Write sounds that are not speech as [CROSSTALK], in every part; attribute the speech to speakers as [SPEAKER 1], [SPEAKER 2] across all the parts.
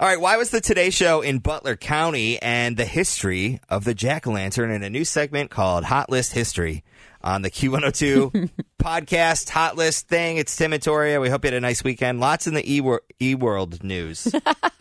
[SPEAKER 1] All right, why was the Today Show in Butler County and the history of the jack o' lantern in a new segment called Hot List History on the Q102 podcast Hot List thing? It's Tim and Toria. We hope you had a nice weekend. Lots in the e, wor- e- world news,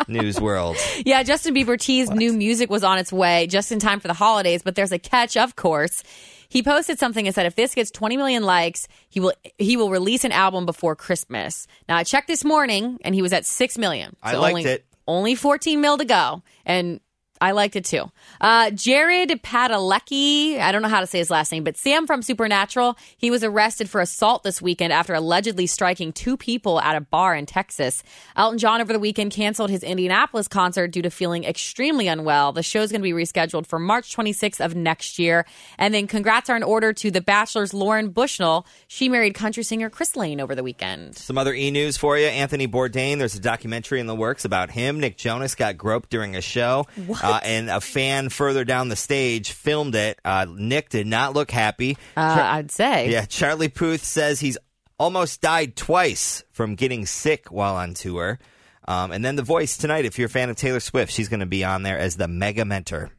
[SPEAKER 1] news world.
[SPEAKER 2] Yeah, Justin Bieber teased new music was on its way just in time for the holidays, but there's a catch, of course. He posted something and said if this gets 20 million likes, he will he will release an album before Christmas. Now I checked this morning and he was at 6 million.
[SPEAKER 1] I liked
[SPEAKER 2] only,
[SPEAKER 1] it.
[SPEAKER 2] Only 14 mil to go and I liked it too. Uh, Jared Padalecki, I don't know how to say his last name, but Sam from Supernatural, he was arrested for assault this weekend after allegedly striking two people at a bar in Texas. Elton John over the weekend canceled his Indianapolis concert due to feeling extremely unwell. The show's going to be rescheduled for March 26th of next year. And then congrats are in order to The Bachelor's Lauren Bushnell. She married country singer Chris Lane over the weekend.
[SPEAKER 1] Some other e news for you. Anthony Bourdain, there's a documentary in the works about him. Nick Jonas got groped during a show. Uh, and a fan further down the stage filmed it. Uh, Nick did not look happy.
[SPEAKER 2] Uh, I'd say.
[SPEAKER 1] Yeah, Charlie Puth says he's almost died twice from getting sick while on tour. Um, and then The Voice tonight, if you're a fan of Taylor Swift, she's going to be on there as the mega mentor.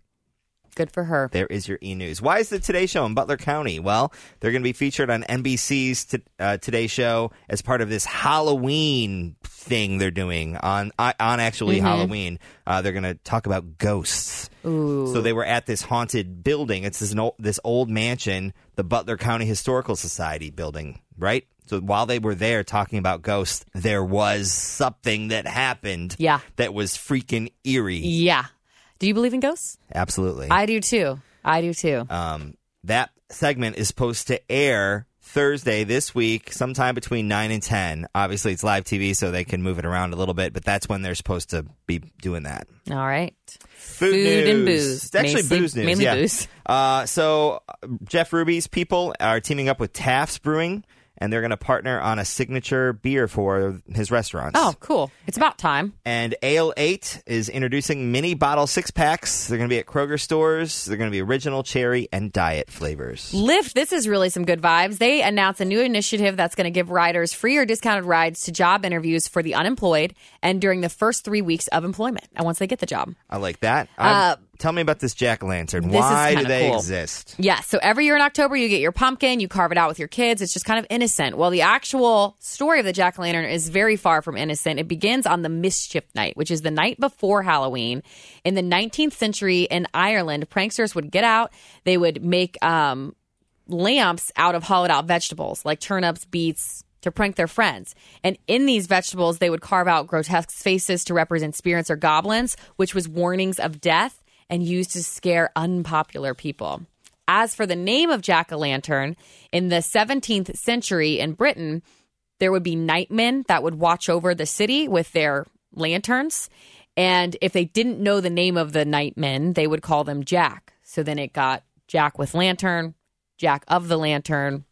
[SPEAKER 2] Good for her.
[SPEAKER 1] There is your e news. Why is the Today Show in Butler County? Well, they're going to be featured on NBC's t- uh, Today Show as part of this Halloween thing they're doing on I- on actually
[SPEAKER 2] Mm-hmm.
[SPEAKER 1] Halloween. Uh, they're going to talk about ghosts. So they were at this haunted building. It's this an old, this old mansion, the Butler County Historical Society building, right? So while they were there talking about ghosts, there was something that happened.
[SPEAKER 2] Yeah.
[SPEAKER 1] that was freaking eerie.
[SPEAKER 2] Yeah. Do you believe in ghosts?
[SPEAKER 1] Absolutely.
[SPEAKER 2] I do too. I do too.
[SPEAKER 1] Um, that segment is supposed to air Thursday this week, sometime between 9 and 10. Obviously, it's live TV, so they can move it around a little bit, but that's when they're supposed to be doing that.
[SPEAKER 2] All right.
[SPEAKER 1] Food,
[SPEAKER 2] Food and booze.
[SPEAKER 1] It's actually
[SPEAKER 2] Mostly-
[SPEAKER 1] booze news.
[SPEAKER 2] mainly
[SPEAKER 1] yeah.
[SPEAKER 2] booze.
[SPEAKER 1] Uh, so, uh, Jeff Ruby's people are teaming up with Taft's Brewing, and they're going to partner on a signature beer for his restaurants.
[SPEAKER 2] Oh, cool. It's about time.
[SPEAKER 1] And Ale 8 is introducing mini bottle six packs. They're going to be at Kroger stores. They're going to be original, cherry, and diet flavors.
[SPEAKER 2] Lyft, this is really some good vibes. They announced a new initiative that's going to give riders free or discounted rides to job interviews for the unemployed and during the first three weeks of employment and once they get the job.
[SPEAKER 1] I like that. Um, tell me about this jack o' lantern.
[SPEAKER 2] Uh, this is
[SPEAKER 1] Why do
[SPEAKER 2] kinda
[SPEAKER 1] they
[SPEAKER 2] cool.
[SPEAKER 1] exist?
[SPEAKER 2] Yeah, so every year in October, you get your pumpkin, you carve it out with your kids. It's just kind of innocent. Well, the actual story of the jack o' lantern is very far from innocent. It begins on the mischief night, which is the night before Halloween. In the 19th century in Ireland, pranksters would get out, they would make um, lamps out of hollowed out vegetables like turnips, beets, to prank their friends. And in these vegetables, they would carve out grotesque faces to represent spirits or goblins, which was warnings of death and used to scare unpopular people. As for the name of jack o' lantern, in the 17th century in Britain, there would be nightmen that would watch over the city with their lanterns. And if they didn't know the name of the nightmen, they would call them Jack. So then it got Jack with lantern, Jack of the lantern,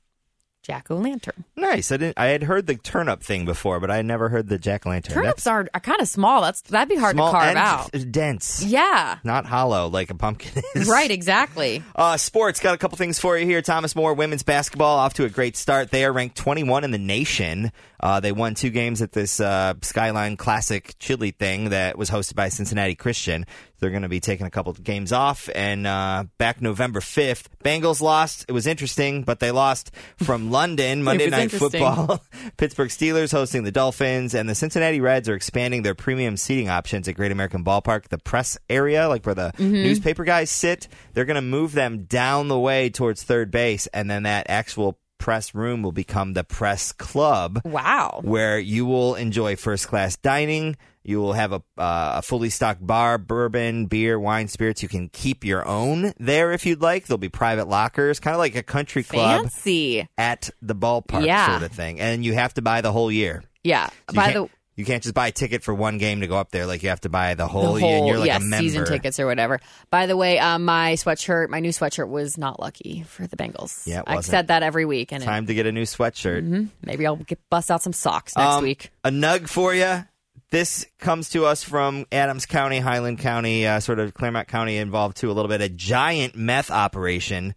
[SPEAKER 2] Jack o' lantern.
[SPEAKER 1] Nice. I didn't. I had heard the turnip thing before, but I had never heard the jack o' lantern.
[SPEAKER 2] Turnips are, are kind of small. That's that'd be hard
[SPEAKER 1] small
[SPEAKER 2] to carve
[SPEAKER 1] and [LAUGHS]
[SPEAKER 2] out.
[SPEAKER 1] dense,
[SPEAKER 2] Yeah,
[SPEAKER 1] not hollow like a pumpkin [LAUGHS] is.
[SPEAKER 2] right. Exactly.
[SPEAKER 1] Uh, sports got a couple things for you here. Thomas More women's basketball off to a great start. They are ranked 21 in the nation. Uh, they won two games at this uh, Skyline Classic Chili thing that was hosted by Cincinnati Christian. They're going to be taking a couple games off and uh, back November 5th. Bengals lost. It was interesting, but they lost from [LAUGHS] London Monday
[SPEAKER 2] was
[SPEAKER 1] Night
[SPEAKER 2] interesting.
[SPEAKER 1] Football. [LAUGHS] Pittsburgh Steelers hosting the Dolphins, and the Cincinnati Reds are expanding their premium seating options at Great American Ballpark, the press area, like where the newspaper guys sit. They're going to move them down the way towards third base, and then that actual press room will become the press club
[SPEAKER 2] Wow.
[SPEAKER 1] where you will enjoy first class dining. You will have a, uh, a fully stocked bar, bourbon, beer, wine, spirits. You can keep your own there if you'd like. There'll be private lockers, kind of like a country club
[SPEAKER 2] Fancy.
[SPEAKER 1] at the ballpark
[SPEAKER 2] Yeah.
[SPEAKER 1] sort of thing. And you have to buy the whole year.
[SPEAKER 2] Yeah.
[SPEAKER 1] You
[SPEAKER 2] By the
[SPEAKER 1] can't- you can't just buy a ticket for one game to go up there. Like you have to buy the
[SPEAKER 2] the
[SPEAKER 1] whole, year. And
[SPEAKER 2] whole
[SPEAKER 1] you're like
[SPEAKER 2] yeah,
[SPEAKER 1] a member.
[SPEAKER 2] season tickets or whatever. By the way, uh, my sweatshirt, my new sweatshirt was not lucky for the Bengals.
[SPEAKER 1] Yeah, it
[SPEAKER 2] I
[SPEAKER 1] wasn't.
[SPEAKER 2] said that every week, and it-
[SPEAKER 1] Time to get a new sweatshirt.
[SPEAKER 2] maybe I'll get, bust out some socks next
[SPEAKER 1] Um,
[SPEAKER 2] week.
[SPEAKER 1] A nug for you. This comes to us from Adams County, Highland County, uh, sort of Claremont County involved too a little bit. A giant meth operation.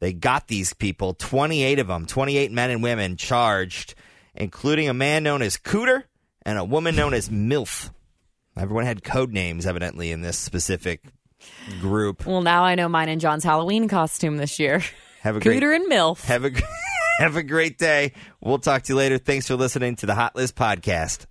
[SPEAKER 1] They got these people, 28 of them, 28 men and women charged, including a man known as Cooter and a woman known as MILF. Everyone had code names, evidently, in this specific group.
[SPEAKER 2] Well, now I know mine and John's Halloween costume this year. [LAUGHS]
[SPEAKER 1] Have a [LAUGHS] great
[SPEAKER 2] Cooter and MILF.
[SPEAKER 1] have a have a great day. We'll talk to you later. Thanks for listening to the Hot List podcast.